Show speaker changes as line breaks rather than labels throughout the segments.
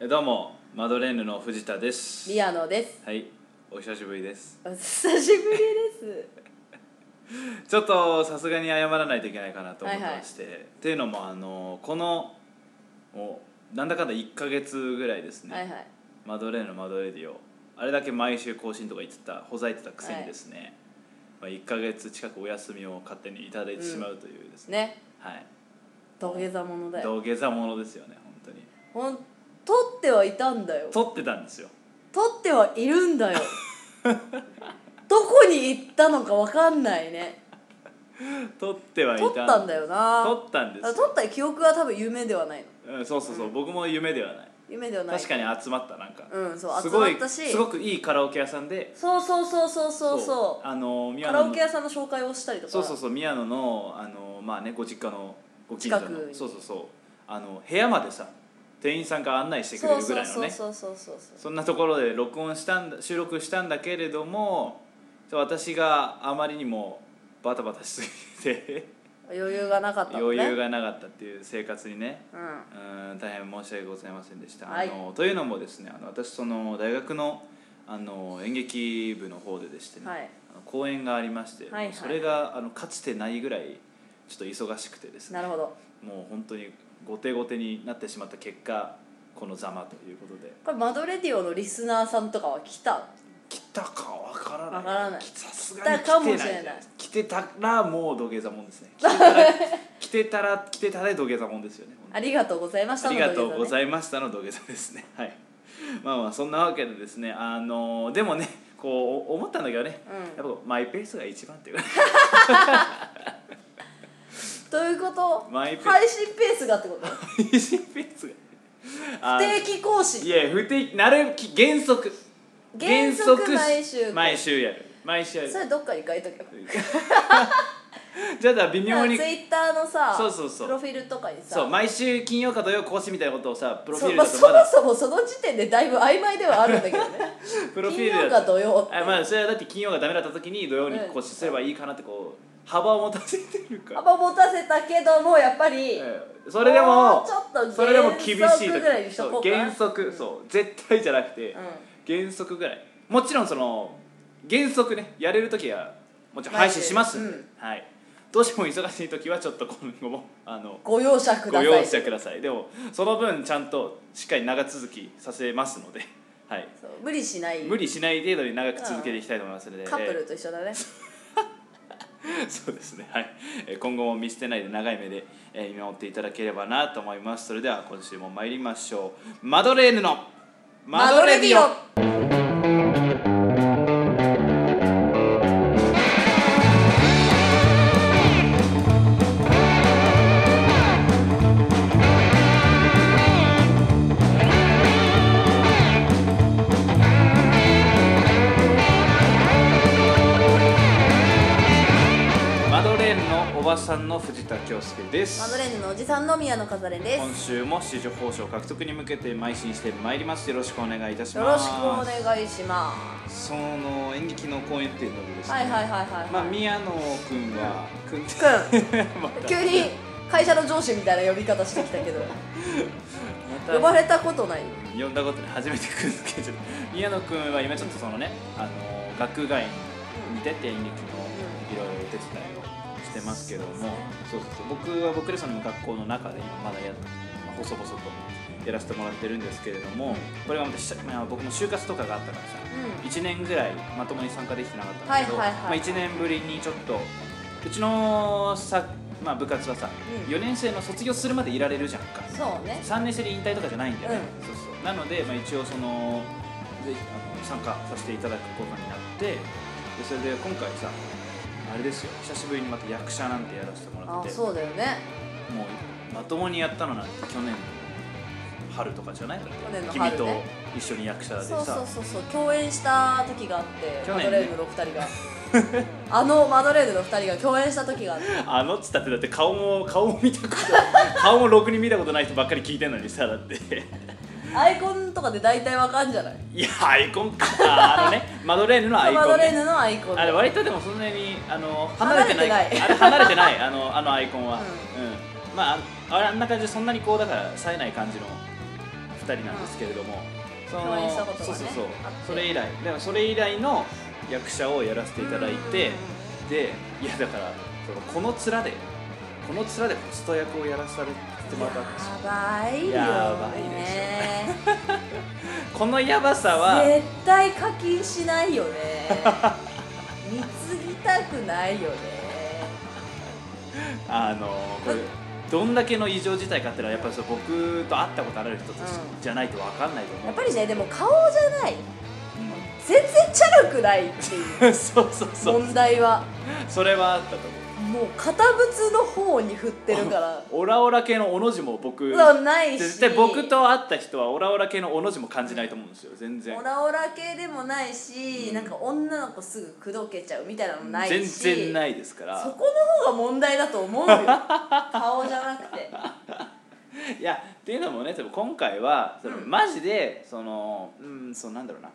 えどうもマドレーヌの藤田です
リアノです。
はいお久しぶりです
お久しぶりです。
ちょっとさすがに謝らないといけないかなと思って
はいはい
まして、っていうのもあのこのおなんだかんだ1か月ぐらいですね、
はいはい。
マドレーヌのマドレディオあれだけ毎週更新とか言ってたほざいてたくせにですね、まあ、1か月近くお休みを勝手にいただいてしまうというですね、
ね、
はい
土下座者だよ。
土下座ものですよね本当に
ほん、撮ってはいたんだよ。撮
撮ってたんですよ
ってはいるん だよ。どこに行ったのかわかんないね。
撮ってはいた
撮ったんだよな。
撮ったんですよ
あ撮った記憶は多分夢ではないの。
うん、そうそうそう、僕も夢ではない
夢ではない。
確かに集まったなんか、
うんそう
すごい
集まったし
すごくいいカラオケ屋さんで
そうそうそうそうそうそう。
あの宮
カ
野
ラ
の
オケ屋さんの紹介をしたりとか。
そうそうそう宮野のあのまあねご実家のご近所の
近くに
そうそうそうあの部屋までさ店員さんが案内してくれるぐらいのね
そうそうそうそうそうそう。
そんなところで録音したんだ収録したんだけれどもちょっと私があまりにもバタバタしすぎて
余裕がなかったの
余
ね。
裕がなかったっていう生活にね
うん。
うん大変申し訳ございませんでした、
はい
あのというのもですねあの私その大学のあの演劇部の方ででしてね、
はい
あの公演がありまして、
はいはい
それがあのかつてないぐらいちょっと忙しくてですね
なるほど。
もう本当に後手後手になってしまった結果このざまということで
これマドレディオのリスナーさんとかは来た。
来たかわからない
わからない
来さすがに来てない
来たかもしれない
来てたらもう土下座もんですね来てた ら来てたら来てたで土下座もんですよね本当に
ありがとうございました
ありがとうご
い
ざいましたの土下座ですね。 はい。まあまあそんなわけでですね、あのでもね、こうお思ったんだけどね、
うん
やっぱこうマイペースが一番っていうか、
ます。ということ
マイペ
配信ペースがってこと
マイペースが。あ
定期更
い
新
や不定なるべき原則
原則毎週
毎週やる毎週やる
そ。れどっかに書いとけば
じゃあだから微妙に
ツイッターのさ
そうそうそう
プロフィールとかにさ
そう毎週金曜か土曜更新みたいなことをさプロフィールだと
そ
ま
うまあ
だ
そもそもその時点でだいぶ曖昧ではあるんだけどね
プロフィール
金曜
だ
か
と
土曜って
あまあそれはだって金曜がダメだった時に土曜に更新すればいいかなってこう幅を持たせてるから。
幅持たせたけどもやっぱり、
ええそれでも
もうちょっと原則
それでも厳しい時
ぐらいにしと
そ
こ
う
うかな
原則そう絶対じゃなくて、原則ぐらいもちろんその原則ねやれる時はもちろん配信しますんで、
毎週
はいどうしても忙しい時はちょっと今後もあの
ご容赦くだ
ご
さい
容赦くださいでもその分ちゃんとしっかり長続きさせますので、はい、
そう無理しない
無理しない程度に長く続けていきたいと思いますので、
カップルと一緒だね、
そうですねはいえー今後も見捨てないで長い目でえー見守っていただければなと思いますそれでは今週も参りましょうマドレーヌの
マドレディオ
マドレーヌのおばさんの藤田恭介です
マドレーヌのおじさんの宮野飾れで
今
す
週も市場報酬獲得に向けて邁進してまいりますよろしくお願いいたし
よろ
ま
し
す
くお願いしま
その演劇の公演っていうのでです
す
ね、
はいはいはいはいはい、
まあ宮野君は君って
くん
また
急に会社の上司みたいな呼び方してきた けど
また
呼ばれたことない
呼んだことで初めて来るんですけど宮野君は今ちょっとそのね、あの学外に出て演劇のいろいろお手伝いをしてますけども、そうそうそう僕は僕らその学校の中で今まだやまあ細々とやらせてもらってるんですけれどもこれがまた久々まあ僕も就活とかがあったからさ、
う
1年ぐらいまともに参加できてなかったんだけど、
はいはいはい
まあ、1年ぶりにちょっとうちのさ、まあ、部活はさ、
うん
4年生の卒業するまでいられるじゃんか。
そうね
3年生で引退とかじゃないんだよね、
う
そうそうなので、まあ、一応そのぜひあの参加させていただくことになってでそれで今回さあれですよ久しぶりにまた役者なんてやらせてもらっ
あ
ても
そうだよね
うまともにやったのなんて去年の春とかじゃない
年の春
君と
ね
一緒に役者でさ
そうそうそうそう共演した時があって、
去
マ
年ね
ドレーヌの2人があのマドレーヌの2人が 共演した時があって
あのっつったってだって顔も 顔も見たこと顔もろくに見たことない人ばっかり聞いてんのにさだって
アイコンとかで大体わかんじゃない
いやアイコンかあのねマドレーヌのアイコン、
マ
ね、
ドレーヌのアイコン
あれ割とでもそんなにあの離れてない
離れてない
あれ離れてないあ のあのアイコンは、うんまあああれあんな感じでそんなにこうだから冴えない感じの2人なんですけれども、そ
共演したことがね
そうそうそう
あって
それ以来だからそれ以来の役者をやらせていただいて、でいやだからそのこの面でこの面でホスト役をやらされてもらったんですよ
やばいよね
やばいでこのヤバさは
絶対課金しないよね貢ぎたくないよね
あのこれどんだけの異常事態かっていうのはやっぱりそう僕と会ったことある人とし
うん
じゃないと分かんないと思う
やっぱりねでも顔じゃない
うん
全然チャラくないってい う
そうそう そう
問題は
それはあったと思う
もう堅物の方に振ってるから
オラオラ系のおの字も僕
そうないし
絶対僕と会った人はオラオラ系のおの字も感じないと思うんですよ全然
オラオラ系でもないし、
うん
なんか女の子すぐ口説けちゃうみたいなのもない
全
し
然ないですから
そこの方が問題だ と思うよ顔じゃなくて
いやっていうのもねでも今回はその、
うん
マジでそのうんそうなんだろうな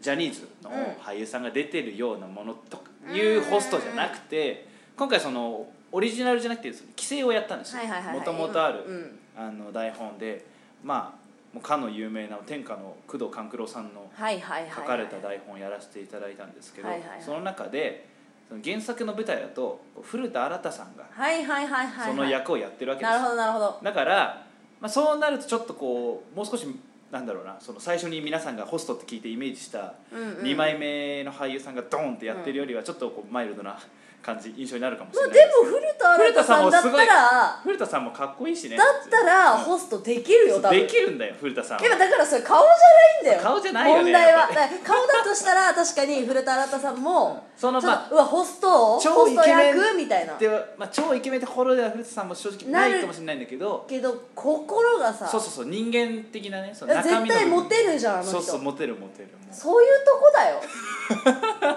ジャニーズの
うん
俳優さんが出てるようなものというホストじゃなくて今回そのオリジナルじゃなくてその規制をやったんですよ
はいはいはいはい
もともとある、
うん
あの台本でまあもうかの有名な天下の工藤官九郎さんの
はいはいはいはい
書かれた台本をやらせていただいたんですけど、
はいはいはい
その中でその原作の舞台だと古田新太さんが
はいはいはいはいはい
その役をやってるわけです
な
よ
るほどなるほど
だから、まあ、そうなるとちょっとこうもう少しなんだろうなその最初に皆さんがホストって聞いてイメージした
うんうん
2枚目の俳優さんがドーンってやってるよりはちょっとこうマイルドな感じ印象になるかもし
ま
れ
あ
な
で
いです
も古田新太さんだった
古田
ら
古田さんもかっこいいしね
だったら
うん
ホストできるよ多分
できるんだよ古田さん
やっ
は
ぱだからそれ顔じゃないんだよ
顔じゃないよね
問題
や
は
っぱ
だ
り
から顔だとしたら 確かに古田新太さんも
その
ちょっ
ま
とうわホスト
超
ホ
イケ
スト
メン
役みたいな
あでは、まあ、超イケメンってほどでは古田さんも正直ないかもしれないんだけど
けど心がさ
そうそうそう人間的なねその中身の
絶対モテるじゃんあの人
そうそうモテるモテるもう
そういうとこ だよ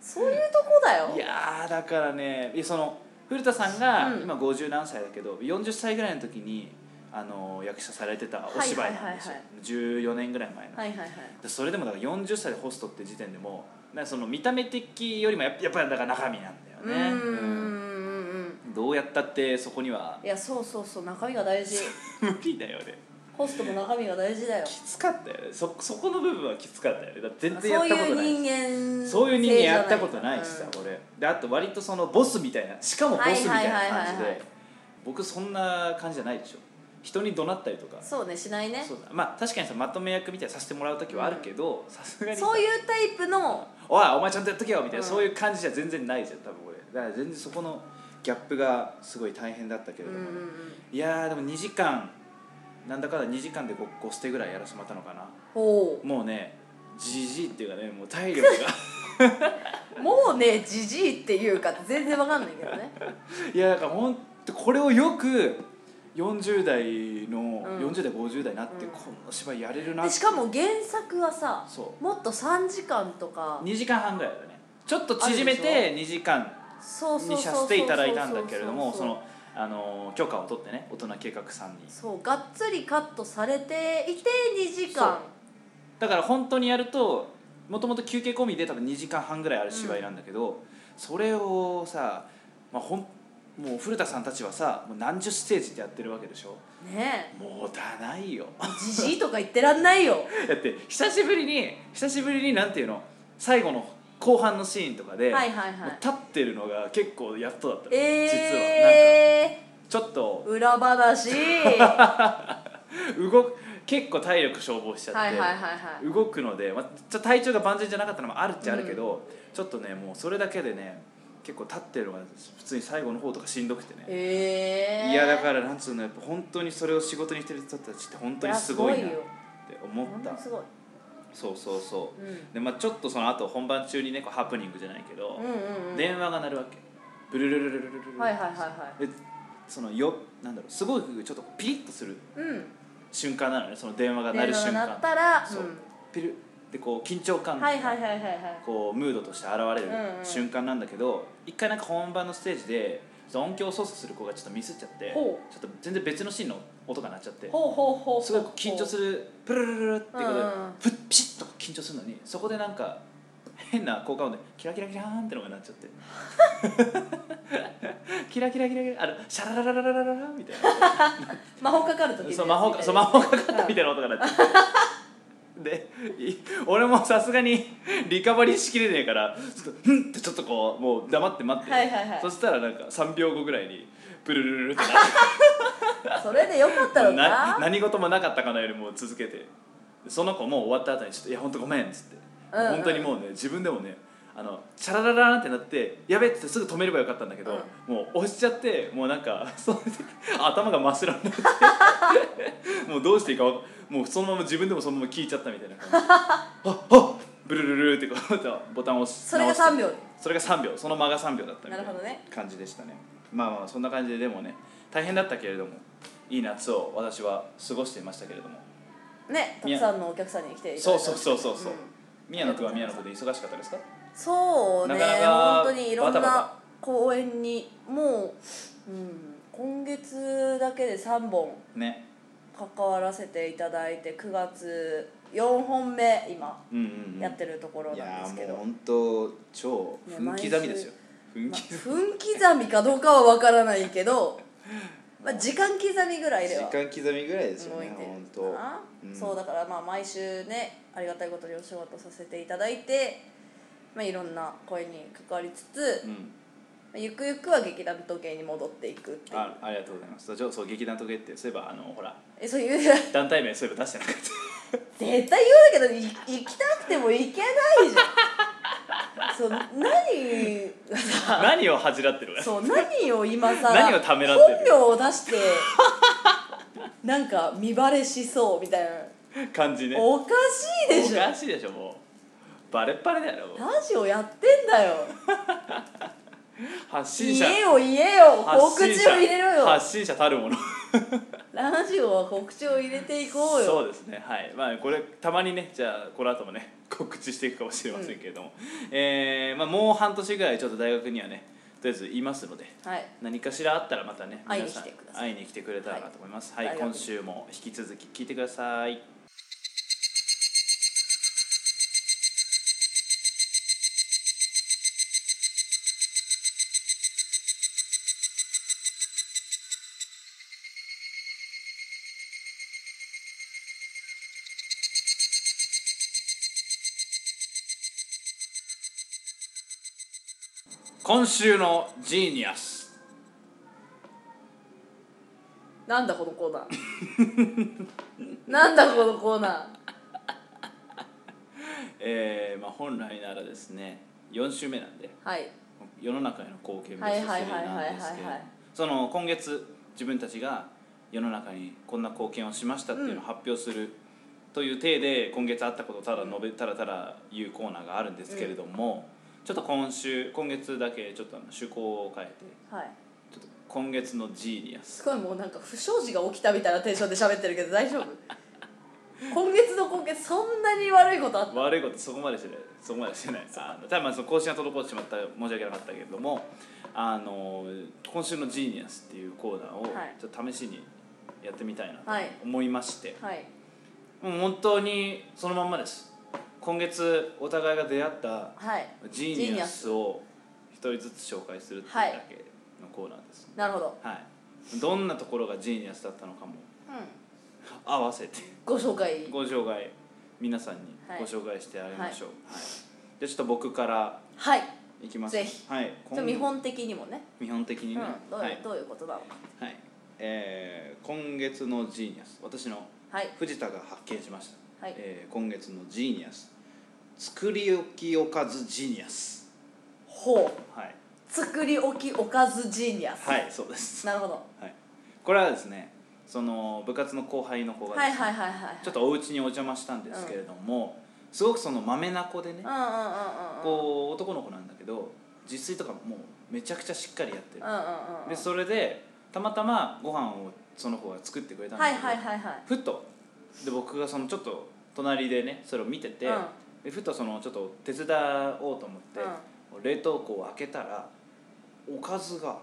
そういうとこだよ
いやーだからねいやその古田さんが
うん
今50何歳だけど、40歳ぐらいの時にあの役者されてたお芝居なんですよ、
はいは
14年ぐらい前の、
はいはいはい
でそれでもだから40歳でホストって時点でもうなんかその見た目的よりもやっぱやっぱりだから中身なん
う
だよね
ーんうん
うんどうやったってそこには
うんいやそうそうそう中身が大事
無理だよね
ホストも中身が大事だよ
きつかったよねそそこの部分はきつかったよねだって全然や
そう
ったことないいう
人間
そういう人間やったことないしさ
うん、
俺であと割とそのボスみたいなしかもボスみたいな感じ
はいはいはいはいはい
で僕そんな感じじゃないでしょ人に怒鳴ったりとか
そうねしないね
そうだまあ確かにさまとめ役みたいにさせてもらう時はあるけどさすがにさ
そういうタイプの
おいお前ちゃんとやっとけよ」みたいな、
うん
そういう感じじゃ全然ないじゃん多分俺だから全然そこのギャップがすごい大変だったけ
う
れ
ん
ど
う
も、
んうん
いやーでも2時間なんだかんだ2時間で 5, 5ステぐらいやらせてもらったのかな
お
もうねじじいっていうかねもう体力が。
うもうねじじいっていうか全然わかんないけどね
いやだからほんとこれをよく40代の、
うん
40代50代になって
うん
この芝居やれるなって
でしかも原作はさ
そ
もっと3時間とか
う2時間半ぐらいだねちょっと縮めて2時間
そうそう
に
そ
さ
うそ
せ
う
ていただいたんだけれども
う
そのあのー許可を取ってね大人計画さんに
そうがっつりカットされていて2時間
だから本当にやるともともと休憩込みで多分2時間半ぐらいある芝居なんだけど、それをさ、まあ、ほんもう古田さんたちはさもう何十ステージってやってるわけでしょ
ね
もうだないよ
えじじいとか言ってらんないよ
だって久しぶりに久しぶりになんていうの最後の後半のシーンとか で、
はいはい
も
は
う
い
立ってるのが結構やっとだったの、実はなんか
え
ちょっ
ー、
と
裏 話
動く結構体力消耗しちゃって、
はいはいはいはい
動くので、まあ、ちょ体調が万全じゃなかったのもあるっちゃあるけど、ちょっとねもうそれだけでね結構立ってるのが普通に最後の方とかしんどくてね、
えー、
いやだからなんつうのやっぱ本当にそれを仕事にしてる人たちって本当にすごいなって思っ
本当
た
にすごい、
そうそうそう
うん、うん
でまあ、ちょっとその後本番中にねこうハプニングじゃないけど、
うんうん
電話が鳴るわけブルルルルルルルル
はいはいはいは
でそのよなんだろうすごくちょっとピリッとする
いうん
瞬間なのねその電話が鳴
電
る
話
瞬
が鳴っ
間
たら
そううんピルでこう緊張感
はいはいはいはいはい
こうムードとして現れる
うんうん
瞬間なんだけど、一回なんか本番のステージでその音響を操作する子がちょっとミスっちゃってちょ
ほ
っと全然別のシーンの音が鳴っちゃって
ほうほうほう
すごく緊張するプルルルルっていうことで
うんうん
プッピシッと緊張するのにそこでなんか「変な効果音でキラキラキラーンってのが鳴っちゃって キラキラキラキラあのシャラララララララみたいな
魔法かかる時
そう魔法かそう魔法かかったみたいな音が鳴ってでい俺もさすがにリカバリーしきれねえからちょっと「ん」ってちょっとこうもう黙って待って、
はいはいはい
そしたらなんか3秒後ぐらいにプルルルルってな
なそれでよかっ
っ
たろ
て
う
な
な
何事もなかったかのよりも続けてその子もう終わった後に「ちょっといや本当ごめん」っつって、
うんうん
本当にもうね自分でもねあのチャラララーンってなって「やべ」っつってすぐ止めればよかったんだけど、もう押しちゃってもうなんか その時頭が真っ白になって もうどうしていいかわかもうそのまま自分でもそのまま聞いちゃったみたいな 感じああブルルルルってこうボ タンを押し
それが
直して
3秒
それが3秒その間が3秒だったみたいな
なるほどね
感じでしたねまあまあそんな感じででもね大変だったけれどもいい夏を私は過ごしていましたけれども
ねたくさんのお客さんに来ていただいた
そうそうそうそうそう、
ん
宮野君は宮野君で忙しかったですか
そうね
なかなか
本当にいろん
バタバ
な
タ
公演にもう、うん、今月だけで3本
ね
関わらせていただいて9月4本目今
うんうん、うん、
やってるところ
い
なん
や
ですけ
ーも
ど
う、本当超
ね
分刻みですよ分
まあ、
刻み、
分刻みかどうかは分からないけど、まあ、時間刻みぐらいで
時
は
間刻みぐらいですよ
動い
ね
て
本
る
当
かな、
うん
そうだからまあ毎週ねありがたいことにお仕事させていただいて、まあ、いろんな声に関わりつつ、
うん
ゆくゆくは劇団時計に戻っていくっていう
あありがとうございますそうそう劇団時計ってそういえばあのほら
えそういう
団体名そういえば出してなかった
絶対言うだけどい行きたくても行けないじゃん そう何がさ
何を恥じらってるの
そう何を今さ
何をためらってる
本名を出してなんか見バレしそうみたいな、
感じね
おかしいでしょ
おかしいでしょもうバレッバレだよもう
ラジオやってんだよ
発信者
言えよ言えよ告
発
知を
信者
入れろよ
発信者たるもの
ラジオは告知を入れていこうよ
そうですねはいまあこれたまにねじゃあこの後もね 告知していくかもしれませんけれども、えーまあ、もう半年ぐらいちょっと大学にはねとりあえずいますので
はい
何かしらあったらまたね
会いに
皆さん
来てください
会いに来てくれたらなと思いますはい、
はい
今週も引き続き聞いてください今週のジーニアス
なんだこのコーナー なんだこのコーナ
えーまあ、本来ならですね4週目なんで
ーはい
世の中への貢献を目指す
はい
る
はいはいはいはいはい
なんですけれどもその今月自分たちが世の中にこんな貢献をしましたっていうのを発表するという体で今月あったことをただ述べたらただ言うコーナーがあるんですけれども、ちょっと今週今月だけちょっとあの趣向を変えて
はい
ちょっと今月のジーニアス
すごいもうなんか不祥事が起きたみたいなテンションで喋ってるけど大丈 夫今月の今月そんなに悪いことあった
悪いことそこまでしてないそこまでしてないあのただまあその更新が滞ってしまった申し訳なかったけれどもあの今週の「ジーニアス」っていうコーナーを
はい
ちょっと試しにやってみたいなと
はい
思いまして、
はい
もう本当にそのまんまです今月お互いが出会った
はい
ジーニアスを一人ずつ紹介するっていうだけのコーナーです、
なるほど、
はいどんなところがジーニアスだったのかも
うん、
合わせて
ご紹介
ご紹介皆さんに
はい
ご紹介してあげましょう、はいじゃあちょっと僕から
はい
いきます
ぜひ
はい
ちょ見本的にもね、
見本的に
う
ね、
ん、どういう、
はい、
どういうことなのか
はいえー今月のジーニアス私の
はい
藤田が発見しました、
はい
えー今月のジーニアス作り置きおかずジーニアス
ほう
はい
作り置きおかずジーニアス、
はいそうです、
なるほど
はい、これはですねその部活の後輩の子がですね、
はいはいはいはい
ちょっとお家にお邪魔したんですけれども、すごくそのまめな子でね、
うんうんうんうんうん
こう男の子なんだけど自炊とかもうめちゃくちゃしっかりやってる
うんうんうん
でそれでたまたまご飯をその子が作ってくれたんで
は
す
い
けど、
はいはいはい
ふっとで僕がそのちょっと隣でねそれを見てて、
うん
でふとそのちょっと手伝おうと思って、冷凍庫を開けたらおかずが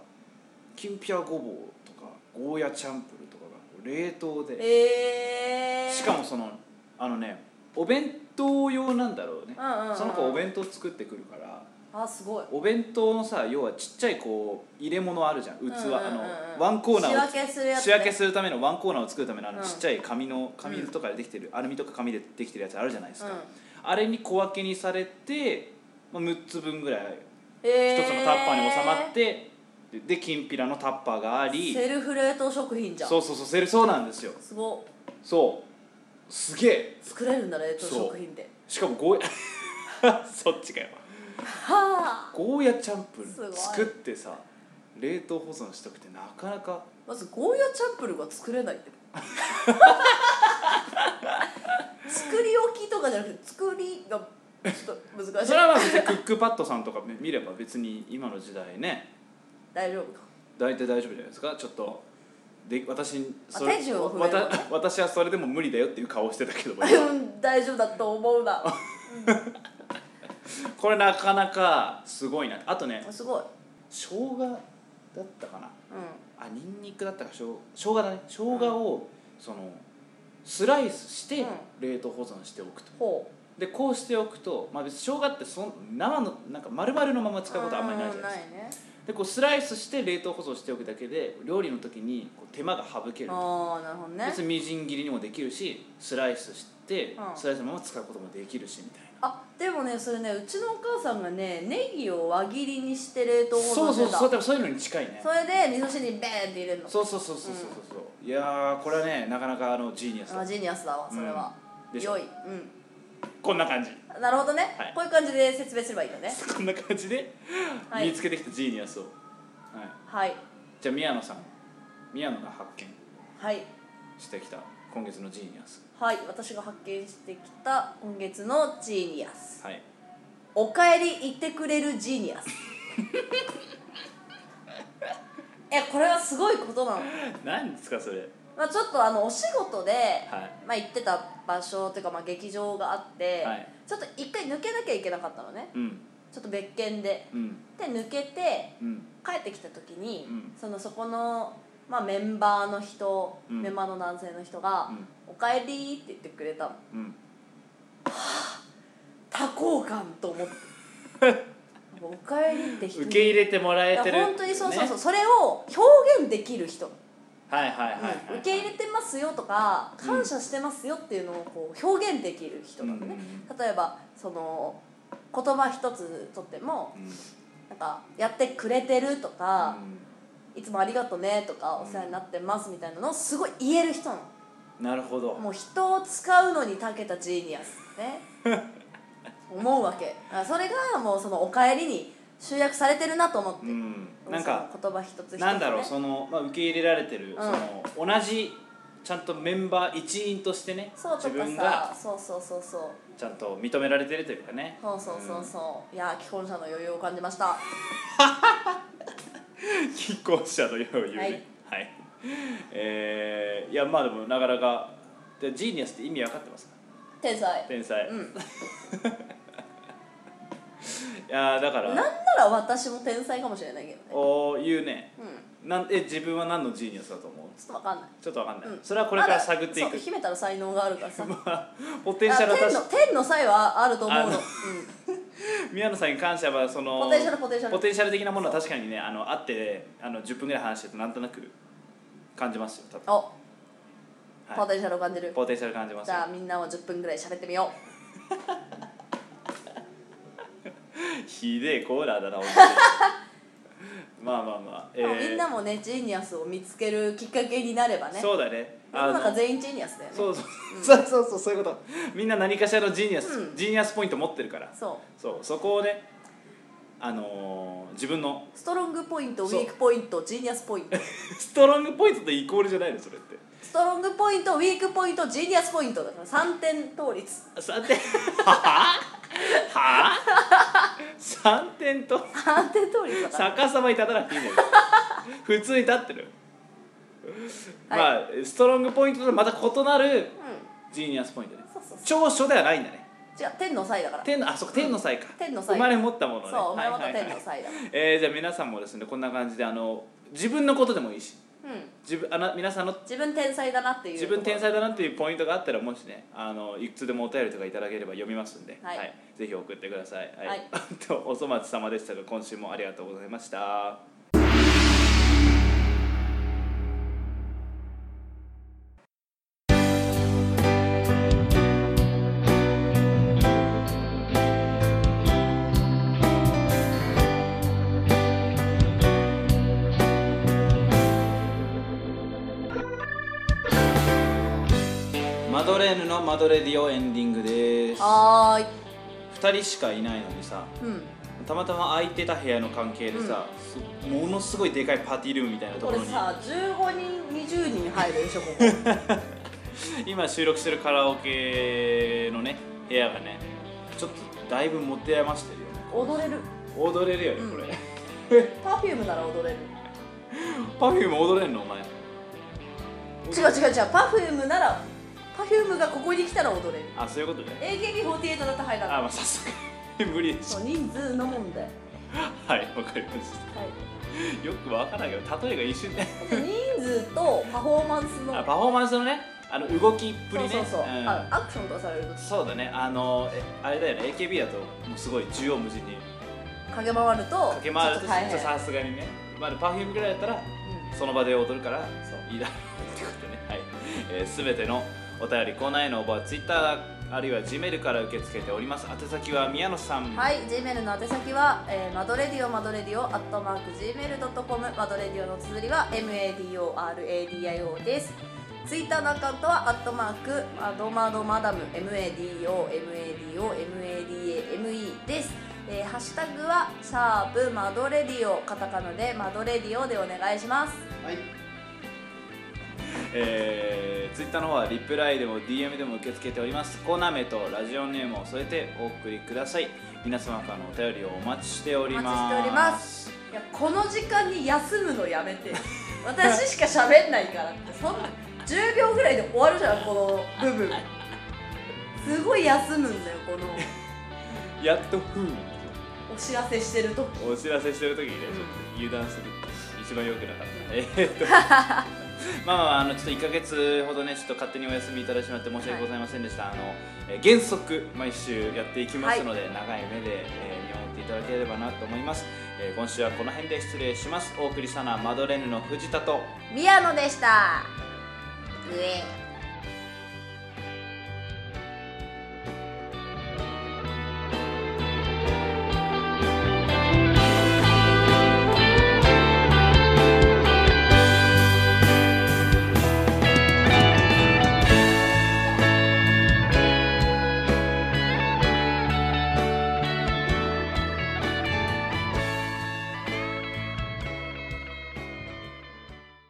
きんぴらごぼうとかゴーヤチャンプルとかが冷凍で
えー、
しかもそのあのねお弁当用なんだろうね、
うんうんうん
その子お弁当作ってくるから
あすごい
お弁当のさ要はちっちゃいこう入れ物あるじゃん器、
うんうんうん
あのワンコーナーを
仕分けするやつね
仕分けするためのワンコーナーを作るためのあの
うん
ちっちゃい紙の紙
うん
とかでできてる、アルミとか紙でできてるやつあるじゃないです
うん
か、あれに小分けにされて、まあ、6つ分ぐらい
え
1つのタッパーに収まって、できんぴらのタッパーがあり
セルフ冷凍食品じゃん
そうそうそうセルそうなんですよ
すごい
そうすげえ
作れるんだ冷凍食品って
しかもゴーヤ そっちかよ
はあ
ゴーヤチャンプル
すごい
ー作ってさ冷凍保存しとくってなかなか
まずゴーヤチャンプルーが作れないって作り置きとかじゃなくて作りがちょっと難しい
それはまあ別にクックパッドさんとか見れば別に今の時代ね
大丈夫か
大体大丈夫じゃないですかちょっとで私そ
手順を踏め
わ
ばね
た 私はそれでも無理だよっていう顔してたけど
うん大丈夫だと思うな
これなかなかすごいなあとね
すごい、
生姜だったかな
う
あニンニクだったかしょう生姜だね生姜をそのスライスして
うん
冷凍保存しておくと
ん、ほう
でこうしておくと、まあ、別に生姜ってそん生のなんか丸々のまま使うことあんまりないじゃないですか
うんないね
でこうスライスして冷凍保存しておくだけで料理の時にこう手間が省ける
ああなるほどね
別にみじん切りにもできるしスライスして、
うん
スライスのまま使うこともできるしみたい
あでもねそれねうちのお母さんがねネギを輪切りにして冷凍
な
保
そう
存し
そう
てた
そうでもそういうのに近いね
それで味噌汁にベーンって入れるの
そうそうそうそうそうそうそういやーこれはねなかなかあのジーニアスだ
あジーニアスだわそれは、
うんでしょ
良いうん
こんな感じ
なるほどね、
はい
こういう感じで説明すればいいよね
こんな感じで
はい
見つけてきたジーニアスを、はい、
はい
じゃあ宮野さん宮野が発見
はい
してきた今月のジーニアス
はい私が発見してきた今月のジーニアス
はい
おかえり言ってくれるジーニアスえこれはすごいことなの、
何ですかそれはい
まあ、ちょっとあのお仕事で、
はい
まあ、行ってた場所というか、まあ、劇場があって、
はい
ちょっと一回抜けなきゃいけなかったのね
うん
ちょっと別件で
うん
で抜けて
うん
帰ってきた時に、
うん
そのそこの、まあ、メンバーの人、
うん
メンバーの男性の人が
うん
「おかえり」って言ってくれたの
うん
多幸感と思って おかえりって人
受け入れてもらえ
いや
てる
本当にそうそうそう、
ね
それを表現できる人、
はいはいはい、はい
うん受け入れてますよとか
うん
感謝してますよっていうのをこう表現できる人なのね、例えばその言葉一つとっても
うん
なんかやってくれてるとか、
う
いつもありがとねとか
うん
お世話になってますみたいなのをすごい言える人なの
んなるほど
もう人を使うのに長けたジーニアス ね思うわけあそれがもうその「おかえり」に集約されてるなと思っ
う
て、
んなんか
その言葉一つ一つ、ね、
なんだろうその、まあ、受け入れられてる、
ん
その同じちゃんとメンバー一員としてね
そうと
自
か
分
さ
が
そうそうそうそう
ちゃんと認められてるというかね
そうそうそうそう、いやー既婚者の余裕を感じました
うん既婚者のようにねはい、えーいやまあでもなかなかでジーニアスって意味分かってますか
天才
天才、
う
い
ん
やーだから
なんなら私も天才かもしれないけどね
おー言うね
うん
なんえ自分は何のジーニアスだと思う
ちょっとわかんない
ちょっとわかんない、
うん
それはこれから探ってい
まだ
く
そう秘めたら才能があるからさ
ポテンシャル
あ
は確
天
か
の天の才はあると思うの
あの
うん
宮野さんに関してはその
ポテンシャルポテンシャル
ポテンシャル的なものは確かにねあのあってあの10分ぐらい話してるとなんとなく感じますよ多分、
お
はい
ポテンシャルを感じる
ポテンシャル感じます
じ
よ
ゃあみんなも10分ぐらい喋ってみよ
ひでえコーラーだな本当にまあまあまあ、
う、まあみんなもねジーニアスを見つけるきっかけになればね
そうだね
世の
の
中全員ジーニアスだよね
そうそう、 そうそうそうそういうことみんな何かしらのジーニアス、
うん
ジーニアスポイント持ってるから
そう
そうそこをねあのー自分の
ストロングポイントウ
そう
ィークポイントジーニアスポイント
ストロングポイントとイコールじゃないのそれって
ストロングポイントウィークポイントジーニアスポイントだから3点倒立
三点はあはあ三点と
3点倒立だから
逆さまに立たなくていいんだよ普通に立ってる、
はい
まあストロングポイントとまた異なる
うん
ジーニアスポイントね
そうそうそ
長所ではないんだね
う違う天の才だから
天のあそこ天の才か、
天の才
生まれ持ったものね
そうお前ま
は
た
いはい
天
はい
の才だから
えーじゃあ皆さんもですねこんな感じであの自分のことでもいいし
うん
自分あな皆さんの
自分天才だなっていう
自分天
とこ
才だなっていうポイントがあったらもしねあのいつでもお便りとかいただければ読みますんで、
はい
ぜひ送ってください、
はい
あ とお粗末様でしたが今週もありがとうございましたマドレーヌのマドレディオエンディングです
はーい
2人しかいないのにさ
うん
たまたま空いてた部屋の関係でさ、すものすごいでかいパーティールームみたいなと
こ
こ
れ
ろに
さ15人20人入るでしょここ
今収録してるカラオケのね部屋がねちょっとだいぶ持て余してるよね
踊れる
踊れるよねこれ、
パフュームなら踊れる
パフューム踊れんのお前
違う違う違うパフュームならパフュームがここに来たら踊れる
あそういうことね
AKB48 だと入ら
あ
ない
まあ早速 無理でし
そう人数の問題、はい、
はいわかりましたよくわからないけど例えが一瞬ね
人数とパフォーマンスの
あパフォーマンスのねあの動きっぷりね
そうそうそう、
ん
あアクションとかされると
そうだねあのえあれだよね AKB だともうすごい縦横無尽に
駆け回ると
駆け回ると
ちょっと大変
さすがにねまあ Perfume ぐらいだったら
う
その場で踊るから
んそう
いいだろうってことね、はいえー、全てのお便りコーナーへの応募は Twitter あるいは Gmail から受け付けております宛先は宮野さん
はい、Gmail の宛先は、えー、マドレディオマドレディオアットマーク Gmail.com マドレディオの綴りは MADORADIO ですツイッターのアカウントはアットマークマドマドマダム MADOMADOMADAME です、えー、ハッシュタグはシャープマドレディオカタカナでマドレディオでお願いします
はいえー、Twitter の方はリプライでも DM でも受け付けておりますコーナー名とラジオネームを添えてお送りください皆様からのお便りをお待ちしております
お待ちしておりますいやこの時間に休むのやめて私しか喋んないからってそんな10秒ぐらいで終わるじゃんこの部分すごい休むんだよこの
やっとふう
お知らせしてる時
お知らせしてる時にね、ちょっと油断する一番良くなかった、えーっとまあまああのちょっと1か月ほどねちょっと勝手にお休みいただいてしまって申し訳ございませんでした、あのえー原則毎週やっていきますので、長い目で、えー見守っていただければなと思います、えー今週はこの辺で失礼しますお送りしたのはマドレーヌの藤田と
宮野でした上